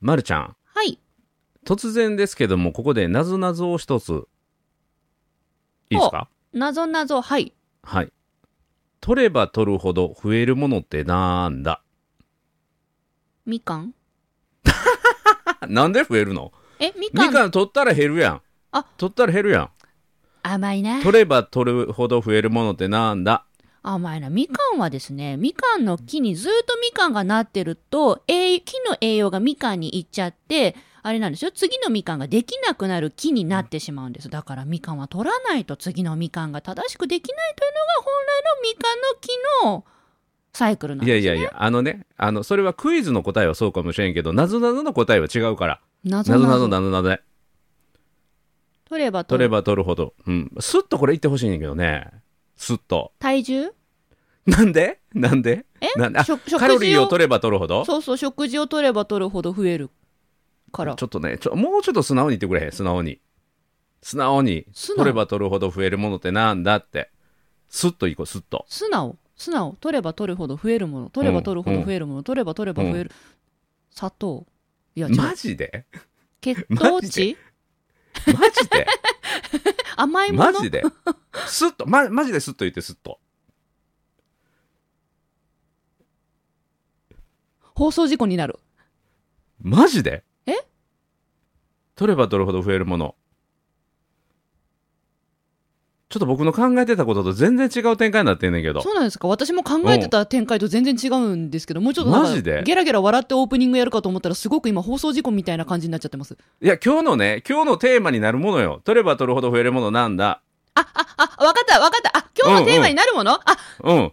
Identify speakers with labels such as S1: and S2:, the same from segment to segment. S1: まるちゃん、
S2: はい。
S1: 突然ですけども、ここでなぞなぞを一つ。いいですか
S2: なぞなぞ、はい。
S1: はい。取れば取るほど増えるものってなんだ
S2: みかん
S1: なんで増えるの
S2: え、み
S1: み
S2: かん
S1: かん取ったら減るやん。
S2: あ
S1: 取ったら減るやん。
S2: 甘いね。
S1: 取れば取るほど増えるものってなんだ
S2: 甘いな。みかんはですね、みかんの木にずっとみかんがなってると、栄木の栄養がみかんにいっちゃって、あれなんですよ。次のみかんができなくなる木になってしまうんです。だからみかんは取らないと次のみかんが正しくできないというのが本来のみかんの木のサイクルなん
S1: いや
S2: です。
S1: いやいや、あのね、あの、それはクイズの答えはそうかもしれんけど、なぞなぞの答えは違うから。
S2: な
S1: な
S2: ぞ
S1: ぞ
S2: な
S1: なぞ
S2: ぞ。
S1: なぞなぞで。
S2: 取れば
S1: 取
S2: 取
S1: れ
S2: る。
S1: ば取るほど。うん。スッとこれ言ってほしいんやけどね。スッと。
S2: 体重
S1: なんでなんで
S2: え
S1: なんであ
S2: 食食事を
S1: カロリーを取れば取るほど
S2: そうそう、食事を取れば取るほど増えるから
S1: ち。ょっとねちょ、もうちょっと素直に言ってくれへん、素直に。素直に。
S2: 素直
S1: 取れば取るほど増えるものってなんだって。スッといこう、スッと。
S2: 素直素直取れば取るほど増えるもの取れば取るほど増えるもの、取れば取れば増える、砂糖いや違う、
S1: マジで
S2: 血
S1: マ
S2: 糖
S1: ジ
S2: 値
S1: マジ で
S2: 甘いも
S1: マ
S2: の
S1: ジでスッと、ま、マジでスッと言って、スッと。
S2: 放送事故になる
S1: マジで
S2: え
S1: 取れば取るほど増えるもの。ちょっと僕の考えてたことと全然違う展開になってんねんけど
S2: そ。うなんですか私も考えてた展開と全然違うんですけどもうちょっと
S1: マ
S2: なん
S1: ジで
S2: かゲラゲラ笑ってオープニングやるかと思ったらすごく今放送事故みたいな感じになっちゃってます
S1: いや、今日のね、今日のテーマになるものよ。取れば取るほど増えるものなんだ。
S2: あああ分かった分かったあ今日のテーマになるもの、あ
S1: うん。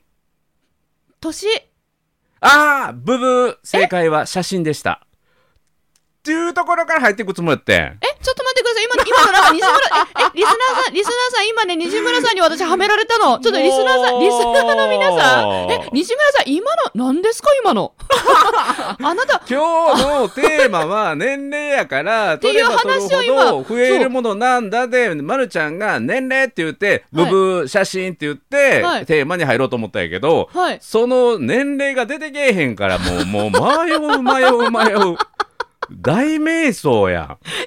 S2: 年
S1: あー、ブブー正解は写真でした。っていうところから入っていくつもりやってん。
S2: えちょっと待ってください今今のなんか西 村ええリスナーさんリスナーさん今ね西村さんに私はめられたのちょっとリスナーさん
S1: もう
S2: リスナーの皆さんえ西村さん今の何ですか 今のあなた
S1: 今日のテーマは年齢や から、
S2: て
S1: 取
S2: い
S1: れ
S2: う
S1: ば取る
S2: 話を今
S1: ほど増えるものなんだで、まるちゃんが年齢って言って、ブブー写真って言って、
S2: はい
S1: テーマに入ろうと思ったんやけど、
S2: はい
S1: その年齢が出てけえへんから、もう、もう迷う迷う迷う。大迷走やん。
S2: い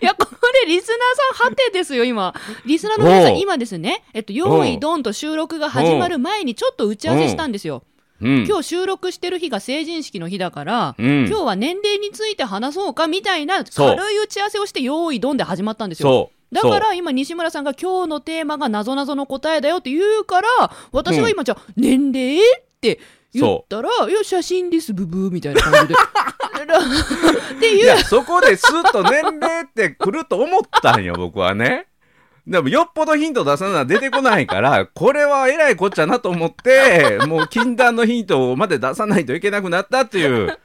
S2: やこれリスナーさん果てですよ今リスナーの皆さ
S1: おうん
S2: 今ですねえっと用
S1: お
S2: 意
S1: う
S2: ドンと収録が始まる前にちょっと打ち合わせしたんですよ
S1: うん。
S2: 今日収録してる日が成人式の日だから、
S1: うん
S2: 今日は年齢について話そうかみたいな
S1: そう
S2: 軽い打ち合わせをして用意ドンで始まったんですよ
S1: そう。
S2: だ
S1: そう
S2: から今西村さんが今日のテーマがなぞなぞの答えだよって言うから私が今じゃあ年齢って言ったら「いや写真ですブブー」みたいな感じで。って
S1: い
S2: いう
S1: や、そこですっと年齢って来ると思ったんよ、僕はね。でも、よっぽどヒント出さな出てこないから、これはえらいこっちゃなと思って、もう禁断のヒントまで出さないといけなくなったっていう。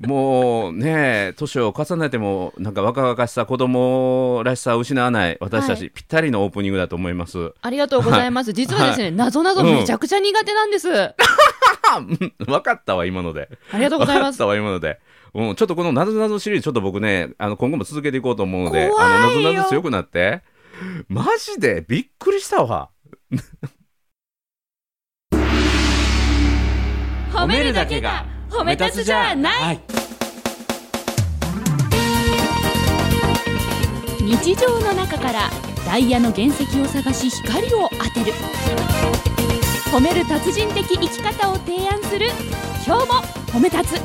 S1: もうね、年を重ねても、なんか若々しさ、子供らしさを失わない私たち、
S2: は
S1: ぴったりのオープニングだと思います。
S2: ありがとうございます実はですねなぞなぞめちゃくちゃ苦手なんです、
S1: あ、うんわかったわ、今ので。
S2: ありがとうございま
S1: わかっ
S2: す
S1: たわ今ので。うん、ちょっとこのなぞなぞシリーズ、ちょっと僕ね、あの今後も続けていこうと思うので、
S2: 怖いよ
S1: あのなぞなぞ強くなって。マジでびっくりしたわ。
S2: 褒
S1: めるだけが
S2: 褒め立つじゃない
S3: い
S2: 日常の中からダイヤの原石を探し光を当てる褒める達人的生き方を提案する今日も褒め立つ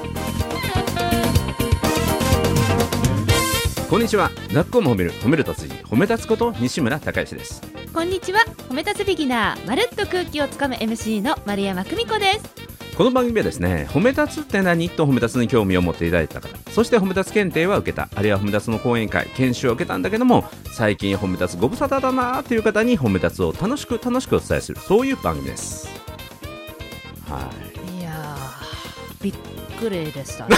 S1: こんにちは。なっこも褒める、褒める達人、褒め立つこと西村孝之です。
S2: こんにちは褒め立つビギナーまるっと空気をつかむ MC の丸山久美子です
S1: この番組はですね、褒め立つって何と褒め立つに興味を持っていただいた方、そして褒め立つ検定は受けた、あるいは褒め立つの講演会、研修を受けたんだけども、最近褒め立つご無沙汰だなーっていう方に褒め立つを楽しく楽しくお伝えする、そういう番組です。はい。
S2: いやーびっくりでしたね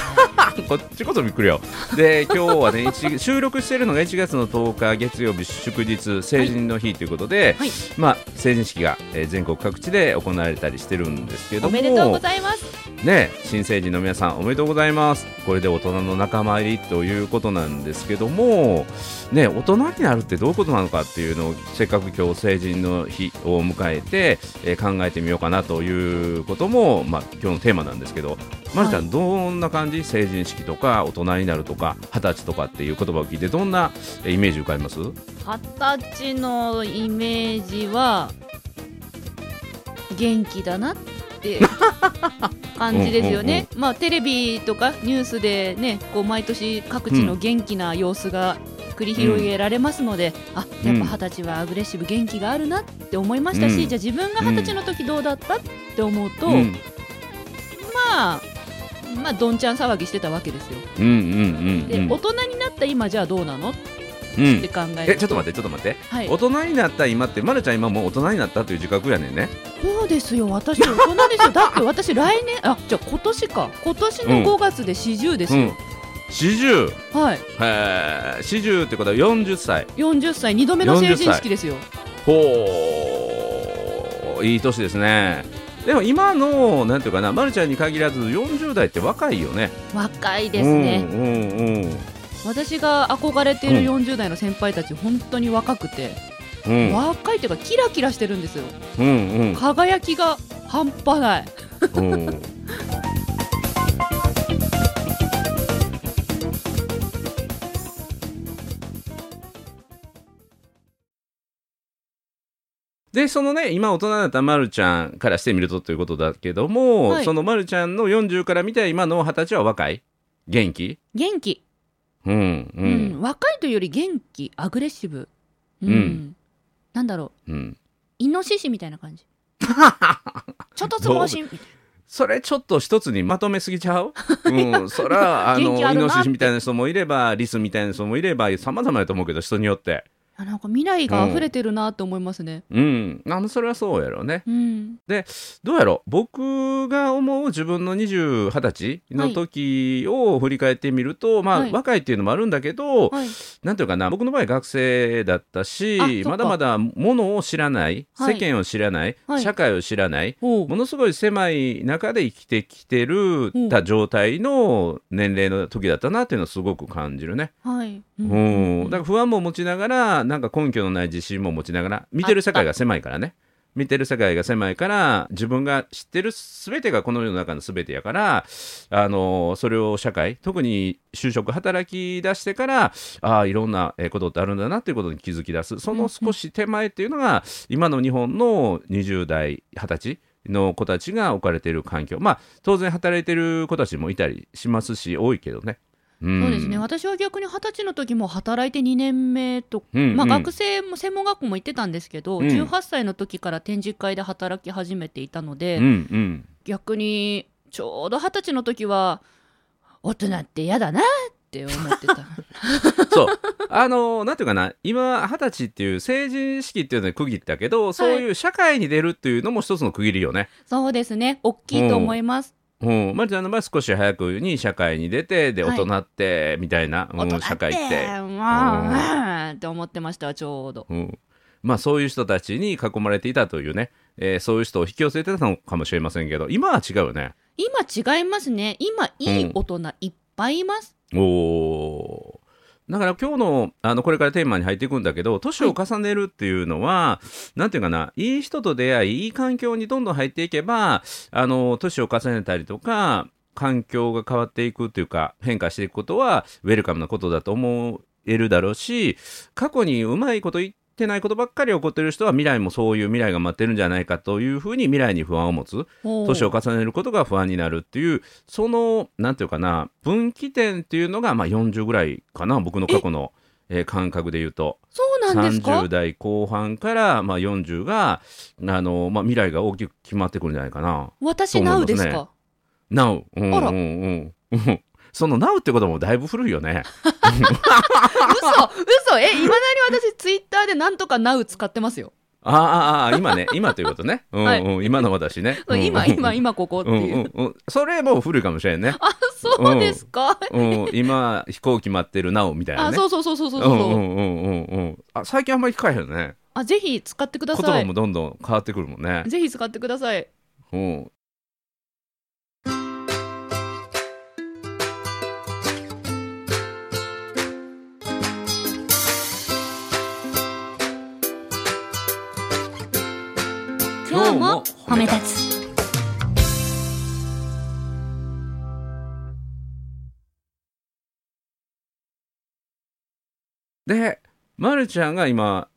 S1: こっちこそびっくりよ。で、今日はね、一収録しているのが1月の10日月曜日祝日成人の日ということで、
S2: はい
S1: まあ成人式が、えー全国各地で行われたりしてるんですけど
S2: お
S1: も、
S2: めでとうございます
S1: ね新成人の皆さんおめでとうございますこれで大人の仲間入りということなんですけどもね大人になるってどういうことなのかっていうのをせっかく今日成人の日を迎えて、えー考えてみようかなということも、まあ、今日のテーマなんですけどまるちゃん、
S2: は
S1: どんな感じ成人式とか大人になるとか二十歳とかっていう言葉を聞いてどんなえーイメージ浮かびます
S2: 二十歳のイメージは元気だなって 感じですよね、まあテレビとかニュースでねこう毎年各地の元気な様子が繰り広げられますので、あやっぱ二十歳はアグレッシブ元気があるなって思いましたし、
S1: うん
S2: じゃあ自分が二十歳の時どうだったって思うと、
S1: うん
S2: まあまあどんちゃん騒ぎしてたわけですよ
S1: うんうん
S2: で、
S1: うんうん
S2: 大人になった今じゃあどうなのって
S1: うん
S2: 考える
S1: えちょっと待ってちょっと待って
S2: はい、
S1: 大人になった今って、ま、るちゃん今もう大人になったという自覚やねんね
S2: そうですよ、私、大人です よ、だって私、来年、あじゃあ今年か、今年の
S1: うん
S2: 5月で40です
S1: うん
S2: よ、
S1: 40
S2: はい、
S1: へえ40ってことは40歳
S2: 40歳、2度目の成人
S1: 40
S2: 式ですよ、
S1: ほういい年ですねでも今のなんていうかな、ま、るちゃんに限らず40代って若いよね
S2: 若いですね、
S1: うんうん
S2: 私が憧れている
S1: う
S2: 40代の先輩たち、本当に若くて、
S1: うんうん
S2: 若いっていうか、キラキラしてるんですよ、
S1: うんうん
S2: 輝きが半端ない。
S1: うんでそのね今大人だったまるちゃんからしてみるとということだけども、
S2: はい
S1: そのまるちゃんの40から見た今の二十歳は若い元気
S2: 元気、
S1: うんう
S2: うん
S1: ん
S2: 若いというより元気、アグレッシブ、うん、
S1: うん
S2: なんだろう、
S1: うん、
S2: イノシシみたい な感じ、ちょっとつぼしみたい
S1: それちょっと一つにまとめすぎちゃ う、うん、そらあ
S2: 元気
S1: の
S2: あ
S1: イ
S2: る
S1: ノ
S2: なって
S1: シシみたいな人もいればリスみたいな人もいれば様々やと思うけど人によって
S2: な、あなんか未来が溢れてるなと思いますね。
S1: うんあのそれはそうやろうね
S2: うん
S1: どうやろう僕が思う自分の20二十歳の時を振り返ってみると、まあ、
S2: はい
S1: 若いっていうのもあるんだけど、
S2: はい、
S1: なんていうかな僕の場合学生だった
S2: あ
S1: し
S2: そ
S1: ま
S2: っか
S1: だまだものを知らない、
S2: はい
S1: 世間を知らない、
S2: はい
S1: 社会を知らない
S2: おう
S1: ものすごい狭い中で生きてきてる
S2: うん
S1: た状態の年齢の時だったなっていうのをすごく感じるね。
S2: はい、う
S1: うん、だから不安も持ちながらなんか根拠のない自信も持ちながら見てる世界が狭いからね見てる世界が狭いから自分が知ってる全てがこの世の中の全てやから、あのそれを社会特に就職働き出してからああいろんなえーことってあるんだなっていうことに気づき出すその少し手前っていうのが今の日本の20代20歳の子たちが置かれている環境まあ当然働いてる子たちもいたりしますし多いけどね。ん
S2: そうですね私は逆に二十歳の時も働いて2年目とか、
S1: うん
S2: まあ、
S1: うん
S2: 学生も専門学校も行ってたんですけど、
S1: うん
S2: 18歳の時から展示会で働き始めていたので、
S1: うんうん
S2: 逆にちょうど二十歳の時は大人って嫌だなって思っ てた
S1: そう。あのなんていうかな、今、二十歳っていう成人式っていうのに区切ったけど、そういう社会に出るっていうのも一つの区切りよね。
S2: そうですね大きいと思います、
S1: うん。まるちゃんの場合、少し早くに社会に出て、で、
S2: は
S1: 大
S2: い
S1: 人って、みたいな、うん
S2: 大人って
S1: 社会って。
S2: もううんって思ってましたちょうど
S1: うん。まあ、そういう人たちに囲まれていたというね、えーそういう人を引き寄せてたのかもしれませんけど、今は違うよね。
S2: 今違いますね今いい大人いっぱいいます、
S1: おーだから今日のあのこれからテーマに入っていくんだけど年を重ねるっていうのは、なんていうかないい人と出会いいい環境にどんどん入っていけばあの年を重ねたりとか環境が変わっていくっていうか変化していくことはウェルカムなことだと思えるだろうし過去にうまいこと言ってないことばっかり起こってる人は未来もそういう未来が待ってるんじゃないかというふうに未来に不安を持つ
S2: おう
S1: 年を重ねることが不安になるっていうそのなんていうかな分岐点っていうのがまあ40ぐらいかな僕の過去の、えー感覚で言うと
S2: そうなんですか
S1: 30代後半から、まあ、40があの、まあ、未来が大きく決まってくるんじゃないかな。
S2: 私なうです
S1: そう思いますね
S2: か
S1: Now、うん
S2: あら
S1: うんうん、 その Now ってこともだいぶ古いよね。
S2: 嘘嘘えいまだに私ツイッターでなんとかなう使ってますよ、
S1: ああああ今ね 今ということね、うんうん
S2: はい
S1: 今の私ね。
S2: そう今
S1: うん
S2: 今今ここって
S1: うん
S2: いう、
S1: うんうん、それもう古いかもしれんね。
S2: あそうですか、
S1: うん、今飛行機待ってる Now みたいな
S2: あ
S1: ね。
S2: そうそうそうそうそう
S1: う
S2: そう、
S1: んうんうんうんうんあ最近あんまり聞かへんよね
S2: あぜひ使ってくだ
S1: 言
S2: さ
S1: 葉
S2: い
S1: もどんどん変わってくるもんね
S2: ぜひ使ってください
S1: うん
S2: 今日も褒め立つ。
S1: で、まるちゃんが今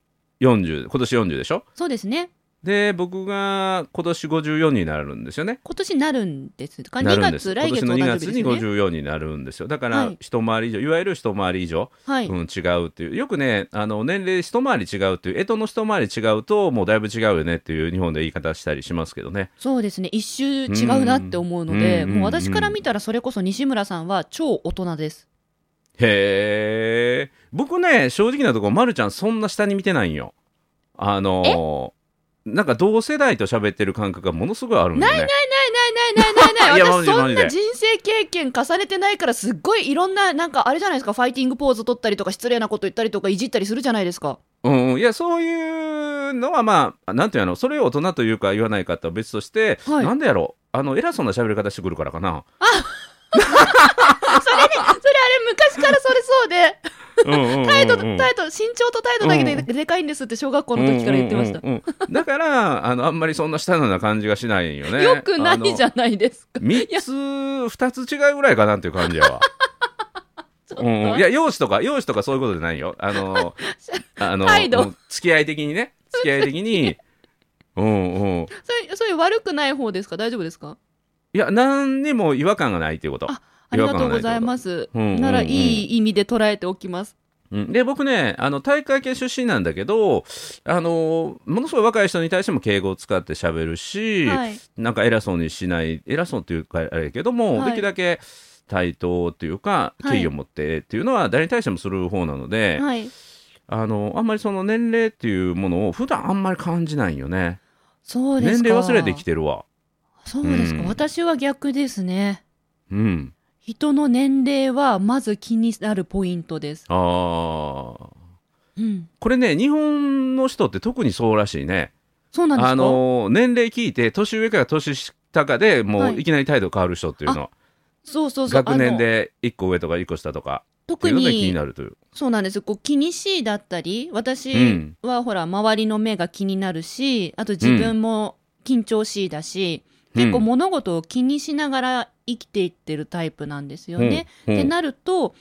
S1: 40、今年40でしょ
S2: そうですね。
S1: で、僕が今年54になるんですよね。
S2: 今年なるんですか。
S1: な
S2: 2
S1: るんです
S2: 月、来月
S1: 今
S2: お
S1: 年の2
S2: 誕
S1: 月
S2: 生日
S1: に
S2: ですね。
S1: 54になるんですよ。だから、
S2: はい
S1: 一回り以上、いわゆる一回り以上、
S2: はい。
S1: うん、違うっていう。よくね、あの、年齢一回り違うっていう、干支の一回り違うと、もうだいぶ違うよねっていう日本で言い方したりしますけどね。
S2: そうですね。一周違うなって思うので、
S1: うん
S2: もう私から見たらそれこそ西村さんは超大人です。
S1: へえ。僕ね、正直なところ、まるちゃんそんな下に見てないんよ。あのー、なんか同世代と喋ってる感覚がものすごいあるんだよね。
S2: ないないな いないない
S1: いやマ
S2: 私
S1: ジで
S2: そ
S1: マ
S2: ん
S1: ジで
S2: な人生経験重ねてないからすっごいいろんななんかあれじゃないですかファイティングポーズ取ったりとか失礼なこと言ったりとかいじったりするじゃないで すか
S1: うん、いや、そういうのはまあ、なんていうの、それを大人というか言わないかとは別として、
S2: はい
S1: なんでやろう、あの、偉そうな喋り方してくるからか な。
S2: それねそれあれ昔からそれそうで
S1: 態
S2: 態度態度身長と態度だけででかいんですって小学校の時から言ってました
S1: うんうんうんうんだから、あの、あんまりそんな下のような感じがしないよ ね。
S2: よくないじ
S1: ゃん。
S2: ゃないですか
S1: 3つ、2つ違うぐらいかなっていう感じやわ。
S2: ちょっと
S1: うんうん、いや容姿とか容姿とかそういうことじゃないよあ のあの
S2: 態度
S1: うん付き合い的にね付き合い的にうんうん
S2: それそれ悪くない方ですか大丈夫ですか
S1: いや何にも違和感がないっていうこと
S2: あありがとうございます
S1: 違和感はないってことうんうんうん
S2: ならいい意味で捉えておきます
S1: うんで僕ねあの体育会系出身なんだけどあのものすごい若い人に対しても敬語を使って喋るし、
S2: はい
S1: なんか偉そうにしない偉そうというかあれやけども、
S2: はい
S1: できるだけ対等というか
S2: はい
S1: 敬意を持ってっていうのは誰に対してもする方なので、
S2: はい
S1: あのあんまりその年齢っていうものを普段あんまり感じないよね
S2: そうで
S1: 年
S2: すか
S1: 齢忘れてきてるわ
S2: そうですか、
S1: うん
S2: 私は逆ですね
S1: うん
S2: 人の年齢はまず気になるポイントです。
S1: あー
S2: うん、
S1: これね日本の人って特にそうらしいね
S2: そうなんですか。
S1: あの年齢聞いて年上から年下かでも
S2: は
S1: う
S2: い
S1: いきなり態度変わる人っていうの、
S2: そうそうそう。
S1: 学年
S2: あの
S1: で1個上とか1個下とかって
S2: 特
S1: いうので気に
S2: に
S1: なるという
S2: そうなんです。こう気にしいだったり、
S1: う
S2: 私
S1: ん
S2: はほら周りの目が気になるし、あと自分も緊張しいだし、結構
S1: うん
S2: 物事を気にしながら生きていってるタイプなんですよね。
S1: うん
S2: ってなると、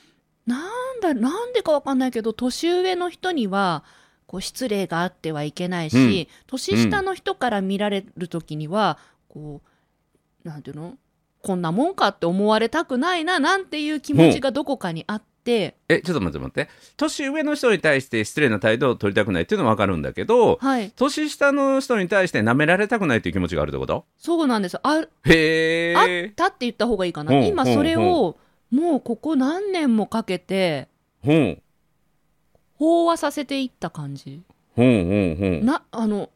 S2: なんだなんでかわかんないけど年上の人にはこう失礼があってはいけないし、
S1: うん
S2: 年下の人から見られる時にはこうなんていうのこんなもんかって思われたくないななんていう気持ちがどこかにあって、
S1: えちょっと待って待って年上の人に対して失礼な態度を取りたくないっていうのは分かるんだけど
S2: はい
S1: 年下の人に対して舐められたくないっていう気持ちがあるってこと
S2: そうなんですあ
S1: へ
S2: あ
S1: え
S2: ったって言った方がいいかな、
S1: ほう
S2: 今
S1: ほう
S2: それをもうここ何年もかけて
S1: ほん
S2: 飽和させていった感じ。
S1: ほんほんほん
S2: なあの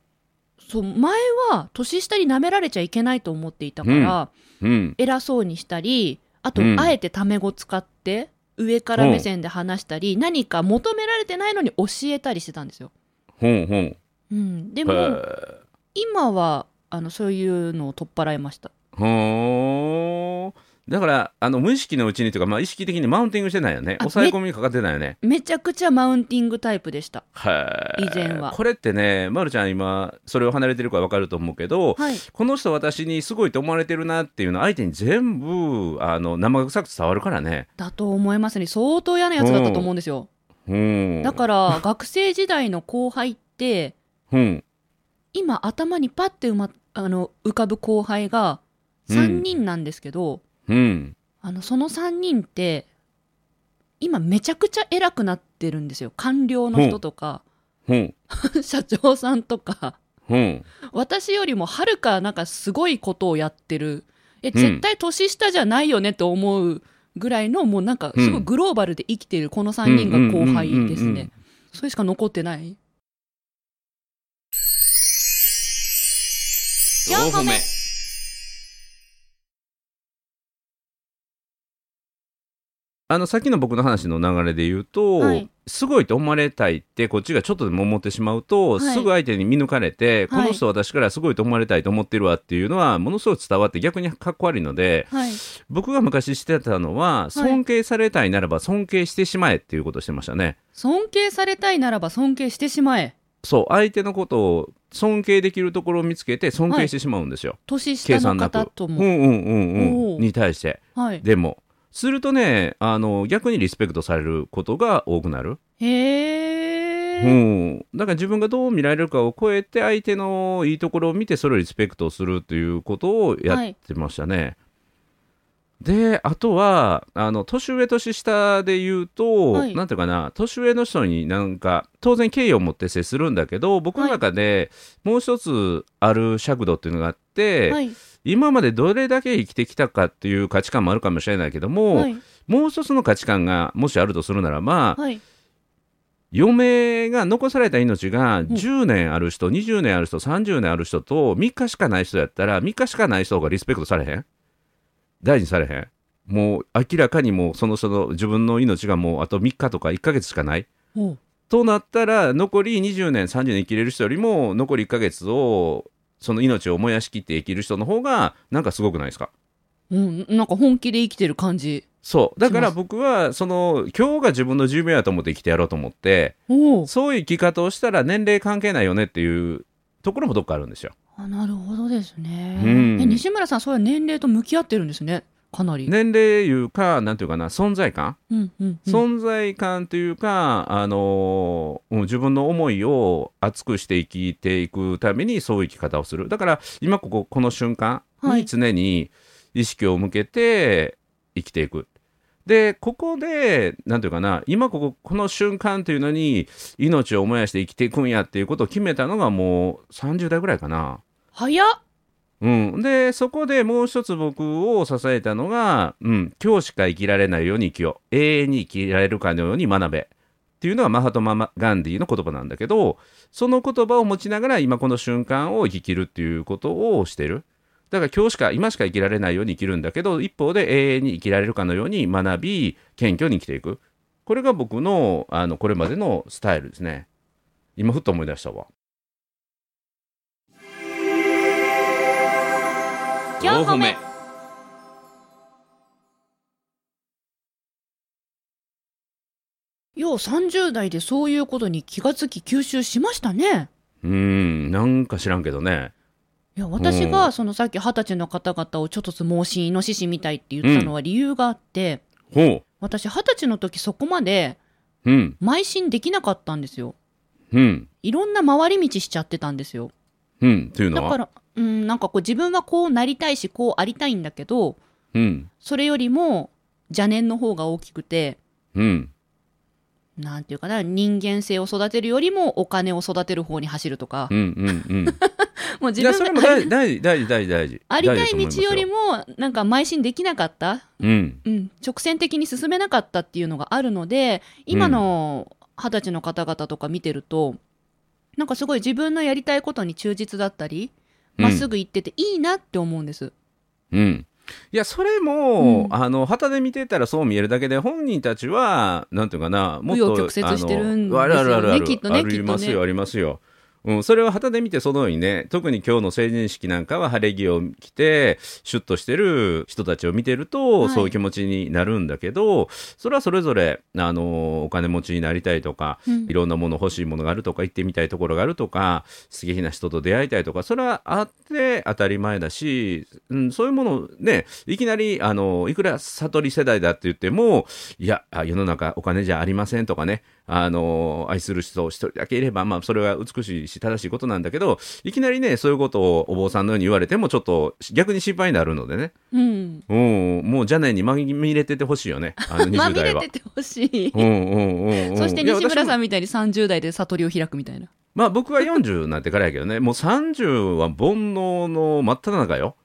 S2: そう前は年下に舐められちゃいけないと思っていたから、
S1: うん
S2: 偉そうにしたりあと、
S1: うん
S2: あえてタメ語使って上から目線で話したり、何か求められてないのに教えたりしてたんですよ。
S1: ほんほん
S2: うん、でも、
S1: へー
S2: 今はあのそういうのを取っ払いました。
S1: ほーだからあの無意識のうちにというか、まあ、意識的にマウンティングしてないよね
S2: あ
S1: 抑え込みにかかってないよね
S2: めちゃくちゃマウンティングタイプでした。
S1: はい
S2: 以前は
S1: これってね、ま、るちゃん今それを離れてるから分かると思うけど、
S2: はい、
S1: この人私にすごいと思われてるなっていうのは相手に全部あの生臭く伝わるからね
S2: だと思いますね相当嫌なやつだったと思うんですよ。
S1: うん
S2: だから学生時代の後輩って
S1: うん
S2: 今頭にパッてうまあの浮かぶ後輩が
S1: うん
S2: 3人なんですけど、
S1: うん
S2: あの、その3人って、今めちゃくちゃ偉くなってるんですよ。官僚の人とか、
S1: ほん
S2: 社長さんとか、
S1: ほん
S2: 私よりもはるかなんかすごいことをやってる。え、
S1: ん
S2: 絶対年下じゃないよねと思うぐらいの、もうなんかすごいグローバルで生きているこの3人が後輩です
S1: うんうんうんうんうん
S2: ね。それしか残ってない。4個目
S1: あのさっきの僕の話の流れで言うと、
S2: はい
S1: すごいと思われたいってこっちがちょっとでも思ってしまうと、
S2: はい
S1: すぐ相手に見抜かれて、
S2: はい
S1: この人私からすごいと思われたいと思ってるわっていうのはものすごい伝わって逆にかっこ悪いので
S2: はい。
S1: 僕が昔してたのは尊敬されたいならば尊敬してしまえっていうことをしてましたね。
S2: 尊敬されたいならば尊敬してしまえ。
S1: そう相手のことを尊敬できるところを見つけて尊敬してしまうんですよ、
S2: 年
S1: 計
S2: 下の
S1: 算なく。
S2: 方と
S1: うん
S2: も。
S1: うんうん
S2: お
S1: う
S2: ー
S1: んに対して
S2: はい。
S1: でもするとねあの逆にリスペクトされることが多くなる、う
S2: へえ。
S1: ん、だから自分がどう見られるかを超えて相手のいいところを見てそれをリスペクトするということをやってましたね。であとはあの年上年下で言うと、
S2: はい
S1: なんていうかな年上の人になんか当然敬意を持って接するんだけど僕の中でもう一つある尺度っていうのがあって、
S2: はい。
S1: 今までどれだけ生きてきたかっていう価値観もあるかもしれないけども、
S2: はい。
S1: もう一つの価値観がもしあるとするならば、
S2: はい。
S1: 嫁が残された命が10年ある人、20年ある人30年ある人と3日しかない人やったら3日しかない人がリスペクトされへん大事にされへんもう明らかにもうその人の自分の命がもうあと3日とか1ヶ月しかない
S2: おう
S1: となったら残り20年30年生きれる人よりも残り1ヶ月をその命を燃やしきって生きる人の方がなんかすごくないですか
S2: うん、なんか本気で生きてる感じ。
S1: そうだか
S2: しま
S1: ら
S2: す
S1: 僕はその今日が自分の寿命やと思って生きてやろうと思って
S2: おお。
S1: そういう生き方をしたら年齢関係ないよねっていうところもどっかあるんですよ。
S2: あ、なるほどですね。
S1: うん
S2: え、西村さん、そういう年齢と向き合ってるんですね。かなり。
S1: 年齢いうか、なんていうかな、存在感、
S2: うん、うん、うん。
S1: 存在感というか、あのーうん自分の思いを熱くして生きていくためにそういう生き方をする。だから、今ここ、この瞬間
S2: はい
S1: に常に意識を向けて生きていく。で、ここで、なんていうかな、今ここ、この瞬間というのに命を燃やして生きていくんやっていうことを決めたのがもう30代ぐらいかな。
S2: 早っ。
S1: うん、でそこでもう一つ僕を支えたのが、うん、今日しか生きられないように生きよう永遠に生きられるかのように学べっていうのがマハトママガンディの言葉なんだけどその言葉を持ちながら今この瞬間を生き切るっていうことをしてるだから今日しか今しか生きられないように生きるんだけど一方で永遠に生きられるかのように学び謙虚に生きていくこれが僕のあのこれまでのスタイルですね今ふっと思い出したわ
S2: 4歩目よう30代でそういうことに気がつき吸収しましたね。
S1: うんなんか知らんけどね
S2: いや私がそのさっき二十歳の方々をちょっと盲信イノシシみたいって言ったのは理由があって、
S1: ほ
S2: 私二十歳の時そこまで
S1: ううん
S2: 邁進できなかったんですよ。
S1: うん。
S2: いろんな回り道しちゃってたんですよ。
S1: うん。というの
S2: だ
S1: は。
S2: から、うん、なんかこう自分はこうなりたいし、こうありたいんだけど、
S1: うん。
S2: それよりも邪念の方が大きくて、
S1: うん。
S2: なんていうかな、人間性を育てるよりもお金を育てる方に走るとか
S1: う、ん。うん。うん。
S2: もう
S1: い
S2: 自
S1: や、それ
S2: 分
S1: も
S2: があ
S1: 大
S2: り
S1: 事、大事、大事、大事、大事。
S2: ありたい
S1: 大事
S2: 道
S1: だと
S2: よ
S1: 思
S2: り
S1: ます。
S2: も、なんか邁進できなかった
S1: うん。
S2: うん、直線的に進めなかったっていうのがあるので今の二十歳の方々とか見てると、なんかすごい自分のやりたいことに忠実だったり
S1: うん
S2: まっすぐ行ってていいなって思うんです。
S1: うん。いや、それも、
S2: うん
S1: あの、旗で見てたらそう見えるだけで、本人たちは、なんていうかな、もっと。
S2: 紆余曲折してるんですよね
S1: あのあるあるあるある
S2: きっと
S1: あ
S2: ね
S1: ります
S2: きっとね
S1: よ、ありますよ。うん、それは旗で見てそのようにね特に今日の成人式なんかは晴れ着を着てシュッとしてる人たちを見てると、
S2: はい
S1: そういう気持ちになるんだけどそれはそれぞれあのお金持ちになりたいとか
S2: うん
S1: いろんなもの欲しいものがあるとか行ってみたいところがあるとかすげえな人と出会いたいとかそれはあって当たり前だし、うん、そういうものねいきなりあのいくら悟り世代だって言ってもいやあ世の中お金じゃありませんとかねあの愛する人一人だけいれば、まあ、それは美しいし正しいことなんだけどいきなりねそういうことをお坊さんのように言われてもちょっと逆に心配になるのでね、
S2: うん、
S1: うん、もう邪念にまみれててほしいよね あの
S2: ま
S1: 20
S2: みれ
S1: 代は
S2: て。てほしい。
S1: うんうんうんうん
S2: そして西
S1: いや私
S2: 村
S1: も
S2: さんみたいに30代で悟りを開くみたいな。
S1: まあ僕は40になってからやけどね、もう30は煩悩の真っ只中よ。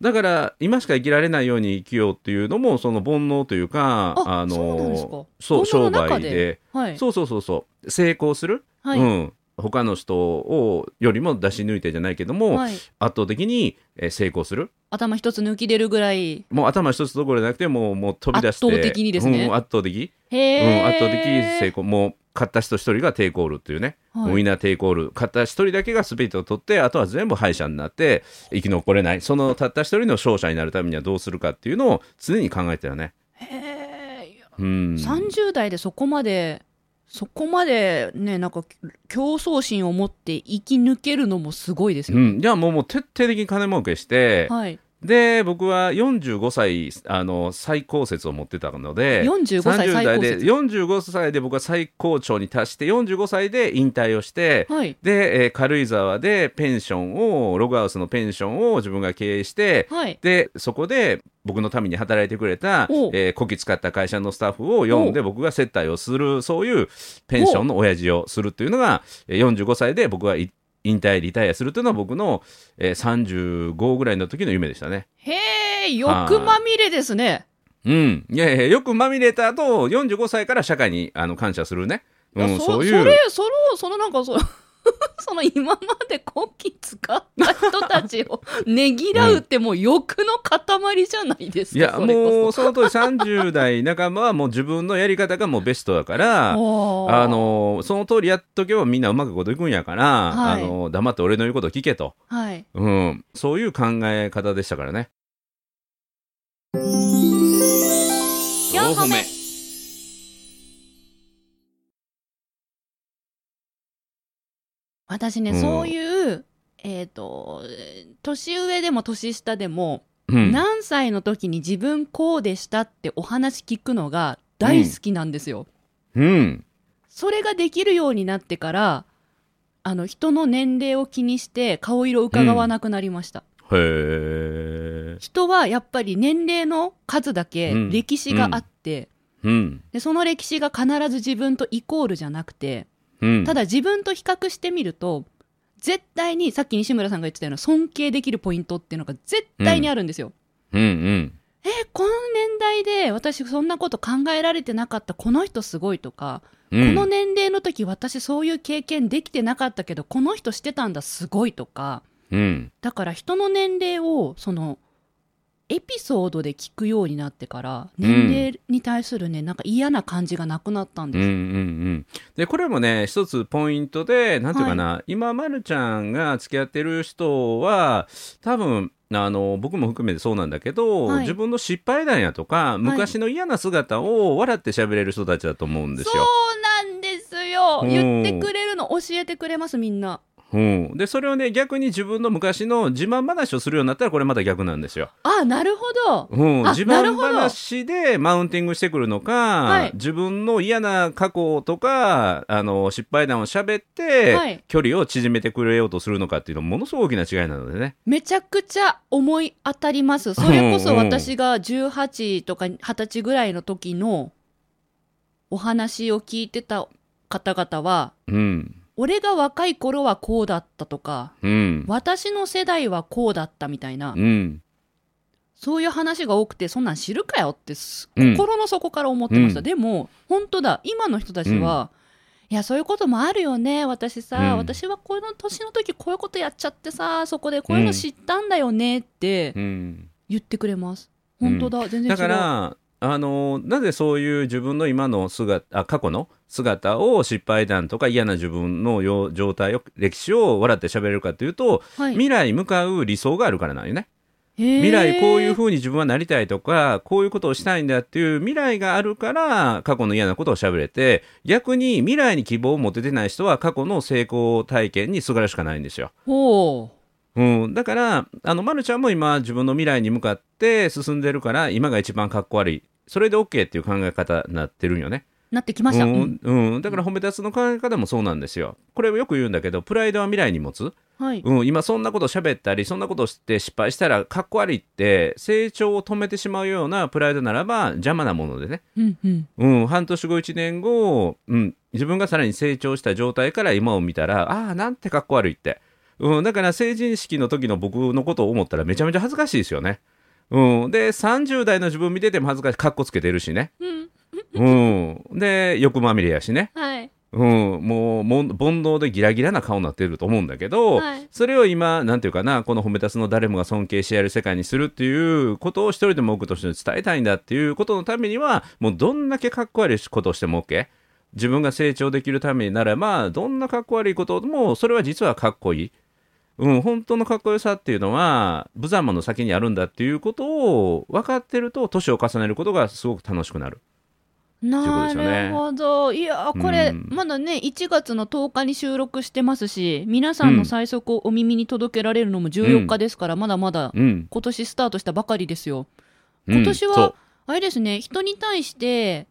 S1: だから今しか生きられないように生きようっていうのもその煩悩というか、
S2: あ
S1: の
S2: そうなんですか
S1: そう
S2: 煩悩の
S1: 商
S2: 中
S1: 売
S2: で
S1: で、
S2: はい。
S1: そうそうそうそう成功する、
S2: はい。
S1: うん、他の人をよりも出し抜いてじゃないけども、
S2: はい。
S1: 圧倒的にえー成功する。
S2: 頭一つ抜き出るぐらい。
S1: もう頭一つどころじゃなくてもうもう飛び出して
S2: 圧倒的にですね
S1: うん、圧倒的、
S2: へ
S1: うん、
S2: え。
S1: 圧倒的成功もう勝った人一人が抵抗ールっていうね。ウ
S2: は
S1: ィ
S2: い。
S1: ナーテイクオール勝った一人だけが全てを取ってあとは全部敗者になって生き残れないそのたった一人の勝者になるためにはどうするかっていうのを常に考えてたよね。
S2: へえ。
S1: うん
S2: 30代でそこまでそこまでねなんか競争心を持って生き抜けるのもすごいです
S1: う
S2: よ、ね
S1: ん、じゃあもうもう徹底的に金儲けして、
S2: はい
S1: で僕は45歳あの最高説を持ってたので
S2: 45歳
S1: 30
S2: 最
S1: 代
S2: 高
S1: で
S2: 説
S1: 45歳で僕は最高潮に達して45歳で引退をして、
S2: はい
S1: で、えー軽井沢でペンションをログハウスのペンションを自分が経営して
S2: はい
S1: でそこで僕のために働いてくれた
S2: おう、
S1: えー、こき使った会社のスタッフを呼んで僕が接待をするそういうペンションの親父をするっていうのがえー45歳で僕がい引退リタイアするというのは僕の、えー、35ぐらいの時の夢でしたね。
S2: へえ欲まみれですね
S1: うん、いやいやよくまみれた後45歳から社会にあの感謝するね。う
S2: いや
S1: ん、
S2: そ
S1: そう
S2: そ
S1: いう
S2: れそのそのなんかそ その今までこき使った人たちをねぎらうってもう欲の塊じゃないですか
S1: いや
S2: それこそ
S1: もうその通り30代半ばはもう自分のやり方がもうベストだから
S2: おー
S1: あのーその通りやっとけばみんなうまくこといくんやから、
S2: はい
S1: あのー黙って俺の言うこと聞けと、
S2: はい
S1: うん、そういう考え方でしたからね。
S2: 四歩目私ね、
S1: うん
S2: そういうえっ、とえー年上でも年下でも、
S1: うん、
S2: 何歳の時に自分こうでしたってお話聞くのが大好きなんですよ、
S1: うん、
S2: それができるようになってからあの人の年齢を気にして顔色を伺わなくなりました、
S1: へえ、
S2: 人はやっぱり年齢の数だけ
S1: うん
S2: 歴史があって、
S1: うん、
S2: でその歴史が必ず自分とイコールじゃなくて
S1: うん、
S2: ただ自分と比較してみると絶対にさっき西村さんが言ってたような尊敬できるポイントっていうのが絶対にあるんですよ。
S1: うん、うん、
S2: えこの年代で私そんなこと考えられてなかったこの人すごいとか、
S1: うん、
S2: この年齢の時私そういう経験できてなかったけどこの人してたんだすごいとか
S1: うん、
S2: だから人の年齢をそのエピソードで聞くようになってから年齢に対するね、なんか嫌な感じがなくなったん
S1: うん、う
S2: で
S1: ん、う
S2: す。
S1: ん。で、これもね、一つポイントで、なんていうかな、今、まるちゃんが付き合ってる人は、多分、あの僕も含めてそうなんだけど、
S2: はい
S1: 自分の失敗談やとか昔の嫌な姿を笑って喋れる人たちだと思うんですよ。
S2: そうなんですよ
S1: うん
S2: 言ってくれるの教えてくれますみんな
S1: うん、でそれをね逆に自分の昔の自慢話をするようになったらこれまた逆なんですよ。
S2: あなるほど
S1: うん、
S2: あ
S1: 自
S2: な
S1: 慢
S2: るほど
S1: 話でマウンティングしてくるのか、
S2: はい
S1: 自分の嫌な過去とかあの失敗談を喋って、
S2: はい
S1: 距離を縮めてくれようとするのかっていうのはものすごく大きな違いなのでね。
S2: めちゃくちゃ思い当たりますそれこそ私が18とか20歳ぐらいの時のお話を聞いてた方々は
S1: うん、
S2: 俺が若い頃はこうだったとか
S1: うん、
S2: 私の世代はこうだったみたいな
S1: うん、
S2: そういう話が多くてそんなん知るかよってす
S1: うん
S2: 心の底から思ってました、
S1: うん
S2: でも本当だ今の人たちは、いやそういうこともあるよね私さ、
S1: うん
S2: 私はこの年の時こういうことやっちゃってさそこでこういうの知ったんだよねって
S1: うん。
S2: 言ってくれます
S1: うん
S2: 本当だ、全然違う
S1: だからあのなぜそういう自分の今の姿あ過去の姿を失敗談とか嫌な自分のよう状態を歴史を笑って喋れるかというと
S2: はい、
S1: 未来向かう理想があるからなんよね。
S2: 未
S1: 未来こういうふうに自分はなりたいとかこういうことをしたいんだっていう未来があるから過去の嫌なことを喋れて逆に未来に希望を持ててない人は過去の成功体験にすがるしかないんですよ。
S2: ほ
S1: うん、だからあの、ま、るちゃんも今自分の未来に向かって進んでるから今が一番かっこ悪いそれで OK っていう考え方になってるんよね。
S2: うなってきました、
S1: う
S2: うん
S1: んうん、だから褒め立つの考え方もそうなんですよ。これをよく言うんだけどプライドは未来に持つ。
S2: はい、
S1: うん、今そんなこと喋ったりそんなことして失敗したらかっこ悪いって成長を止めてしまうようなプライドならば邪魔なものでね、
S2: うんうん
S1: うん、半年後1年後、うん、自分がさらに成長した状態から今を見たらああなんてかっこ悪いって、うん、だから成人式の時の僕のことを思ったらめちゃめちゃ恥ずかしいですよね。うん、で30代の自分見てても恥ずかしいかっこつけてるしね、
S2: うん
S1: うん、で欲まみれやしね、
S2: はい
S1: うん、もうもん煩悩でギラギラな顔になってると思うんだけど、
S2: はい
S1: それを今なんていうかなこの褒めたすの誰もが尊敬し合える世界にするっていうことを一人でも多くの人に伝えたいんだっていうことのためにはもうどんだけかっこ悪いことをしても OK 自分が成長できるためにならばどんなかっこ悪いこともそれは実はかっこいい。うん、本当のかっこよさっていうのは無様の先にあるんだっていうことを分かってると年を重ねることがすごく楽しくなる。ことで
S2: な
S1: すよね
S2: るほど。いやー、これ、
S1: うん
S2: まだね、1月の10日に収録してますし、皆さんの最速をお耳に届けられるのも14日ですから、まだまだ
S1: うん、
S2: 今年スタートしたばかりですよ。
S1: うん
S2: 今年は
S1: そう
S2: あれですね、人に対して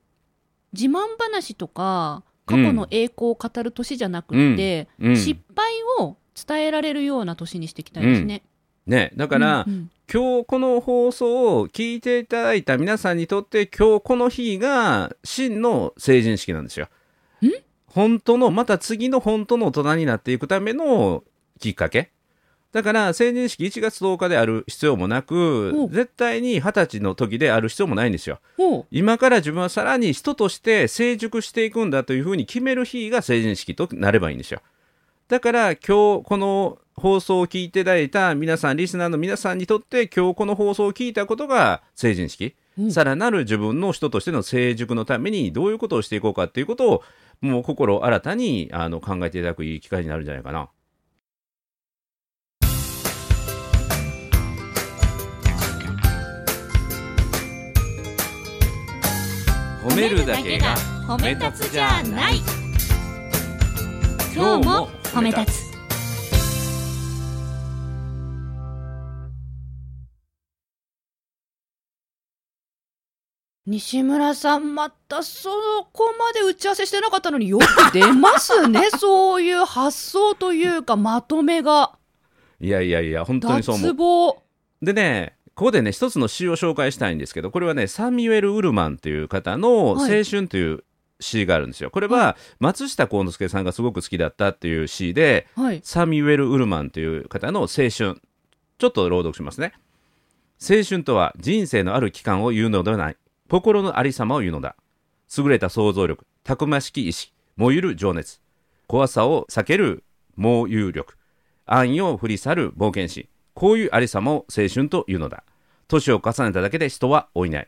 S2: 自慢話とか、過去の栄光を語る年じゃなくて、
S1: うん
S2: 失敗を伝えられるような年にしていきたいですね。
S1: ね、だから、
S2: うんうん
S1: 今日この放送を聞いていただいた皆さんにとって今日この日が真の成人式なんですよ
S2: ん。
S1: 本当のまた次の本当の大人になっていくためのきっかけだから成人式1月10日である必要もな
S2: お
S1: く絶対に20歳の時である必要もないんですよ。
S2: ほう
S1: 今から自分はさらに人として成熟していくんだというふうに決める日が成人式となればいいんですよ。だから今日この放送を聞いていただいた皆さんリスナーの皆さんにとって今日この放送を聞いたことが成人式、
S2: うん
S1: さらなる自分の人としての成熟のためにどういうことをしていこうかということをもう心を新たにあの考えていただくいい機会になるんじゃないかな。褒めるだけが
S2: 褒
S1: め立つじゃない
S2: 今日も褒め立つ西村さんまたそこまで打ち合わせしてなかったのによく出ますねそういう発想というかまとめが
S1: いやいやいや本当にそう思う。
S2: 脱帽
S1: でねここでね一つの詩を紹介したいんですけどこれはねサミュエル・ウルマンという方の「青
S2: はい
S1: 春」という詩があるんですよ。これは松下幸之助さんがすごく好きだったっていう詩で
S2: はい
S1: サミュエル・ウルマンという方の「青春」ちょっと朗読しますね。青春とは人生のある期間を言うのではない心のありさまを言うのだ優れた想像力たくましき意志燃ゆる情熱怖さを避ける猛有力安易を振り去る冒険心こういうありさまを青春というのだ年を重ねただけで人は老いない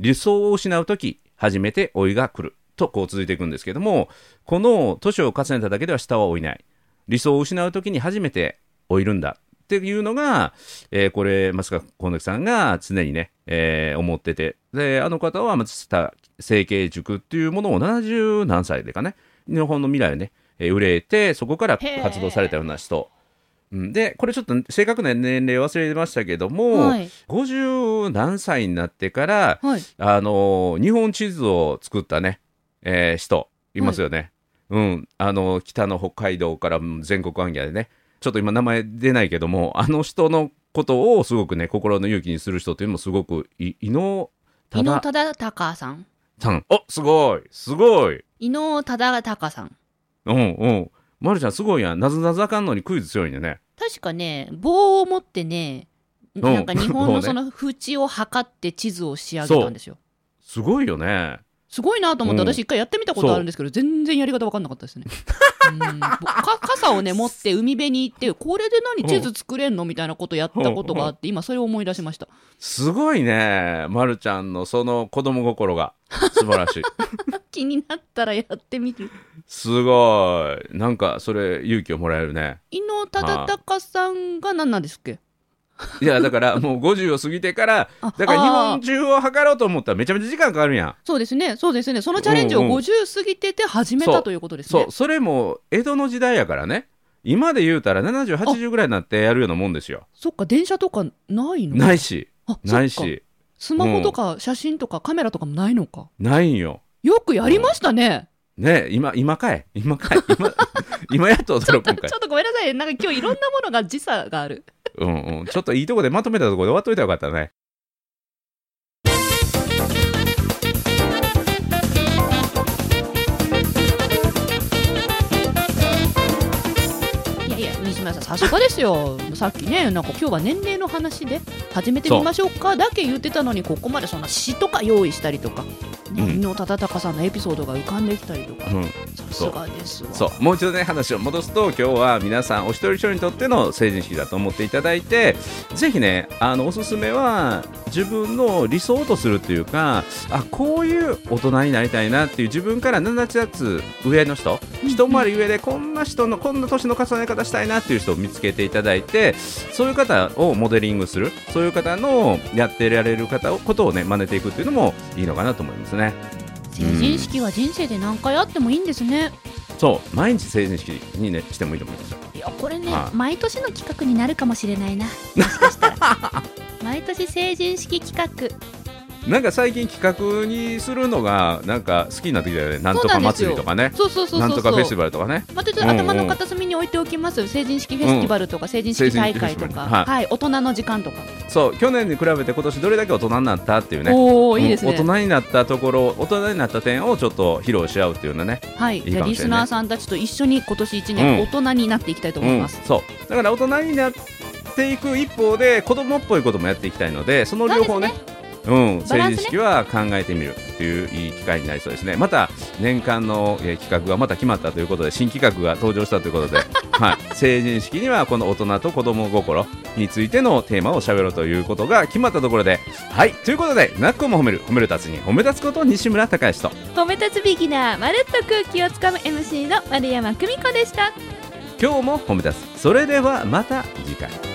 S1: 理想を失う時初めて老いが来るとこう続いていくんですけどもこの年を重ねただけでは下は老いない理想を失う時に初めて老いるんだっていうのが、えーこれ松下幸之助さんが常にね、えー思っててであの方は松下整形塾っていうものを70何歳でかね日本の未来をね、えー憂えてそこから活動されたような人。うんでこれちょっと正確な年齢忘れてましたけども、
S2: はい
S1: 50何歳になってから、
S2: はい
S1: あのー日本地図を作ったね、えー人いますよね、うんあのー北の北海道からうん全国行脚でねちょっと今名前出ないけどもあの人のことをすごくね心の勇気にする人というのもすごくい伊能
S2: 伊能
S1: 忠
S2: 忠敬さん
S1: さんおすごいすごい
S2: 伊能忠敬さん
S1: うんうんまるちゃんすごいやんなずなずあかんのにクイズ強いんだね
S2: 確かね棒を持ってね
S1: ん
S2: なんか日本の
S1: そうね
S2: その縁を測って地図を仕上げたんですよ
S1: すごいよね
S2: すごいなと思って、
S1: うん
S2: 私一回やってみたことあるんですけど全然やり方分かんなかったですねうんか傘をね持って海辺に行ってこれで何地図作れんのみたいなことやったことがあって今それを思い出しました
S1: すごいね、ま、るちゃんのその子供心が素晴らしい
S2: 気になったらやってみる
S1: すごいなんかそれ勇気をもらえるね
S2: 伊能忠敬さんが何なんですっけ
S1: いやだからもう50を過ぎてから
S2: あ
S1: だから
S2: あー
S1: 日本中を測ろうと思ったらめちゃめちゃ時間かかるやん
S2: そうですねそうですねそのチャレンジを
S1: うんうん
S2: 50過ぎてて始め
S1: そ
S2: た
S1: う
S2: ということですね
S1: そうそれも江戸の時代やからね今で言うたら7080ぐらいになってやるようなもんですよ
S2: そっか電車とかないの
S1: ないし
S2: あそっか
S1: ないし
S2: スマホとか写真とかカメラとかもないのか。
S1: ないんよ
S2: よくやりましたね。
S1: ね今今かい今かい今今やっと驚くんかい
S2: ちょっとごめんなさい。なんか今日いろんなものが時差がある。
S1: うんうんちょっといいとこでまとめたとこで終わっといたらよかったね
S2: いやいや、西村さん、さすがですよ。さっきね、なんか今日は年齢の話で始めてみましょうかだけ言ってたのに、ここまでそんな詩とか用意したりとか、ね
S1: うん
S2: 伊能忠敬さんのエピソードが浮かんできたりとか、
S1: うん
S2: さすがですわ。
S1: そうもう一度ね話を戻すと今日は皆さんお一人一人にとっての成人式だと思っていただいてぜひねあのおすすめは自分の理想とするというかあこういう大人になりたいなっていう自分から7つ上の人一回り上でこんな人のこんな年の重ね方したいなっていう人を見つけていただいてそういう方をモデリングするそういう方のやってられる方をことをね真似ていくっていうのもいいのかなと思いますね。
S2: ぜ成人式は人生で何回あってもいいんですね。
S1: そう毎日成人式にねしてもいいと思いますよ
S2: いやこれね、
S1: はい
S2: 毎年の企画になるかもしれな いな。もしかしたら毎年成人式企
S1: なんか最近企画にするのがなんか好きになってきたよねなん
S2: そ
S1: と
S2: うな
S1: か
S2: んです
S1: 祭
S2: よ
S1: りとかね
S2: 画。そうそうそうそうそう。
S1: なんとかフェスティバルとかね
S2: またちょっと頭の片隅に置いておきます、成人式フェスティバルとか、成人式大会
S1: 成
S2: と
S1: 人式フェスティ
S2: か、
S1: バル
S2: は
S1: はいい
S2: 大人の時間とか、
S1: そう去年に比べて今年どれだけ大人になったっていうね
S2: おおいいですね、
S1: うん大人になったところ大人になった点をちょっと披露し合うっていうのね
S2: はい
S1: いかもし
S2: じ
S1: れ
S2: ゃあ
S1: ない
S2: リスナーさんたちと一緒に今年一年、
S1: うん
S2: 大人になっていきたいと思います、
S1: うん、そうだから大人になっていく一方で子供っぽいこともやっていきたいのでその両方ねうん、
S2: バラ
S1: 成
S2: ンス
S1: 人
S2: ね
S1: 式は考えてみるっていういい機会になりそうですねまた年間の、えー企画がまた決まったということで新企画が登場したという ことで、はい、成人式にはこの大人と子供心についてのテーマをしゃべろうということが決まったところではいということでなっこも褒める褒める達人褒め立つこと西村孝之と
S2: 褒め立つビギナーまるっと空気をつかむ MC の丸山久美子でした
S1: 今日も褒め立つそれではまた次回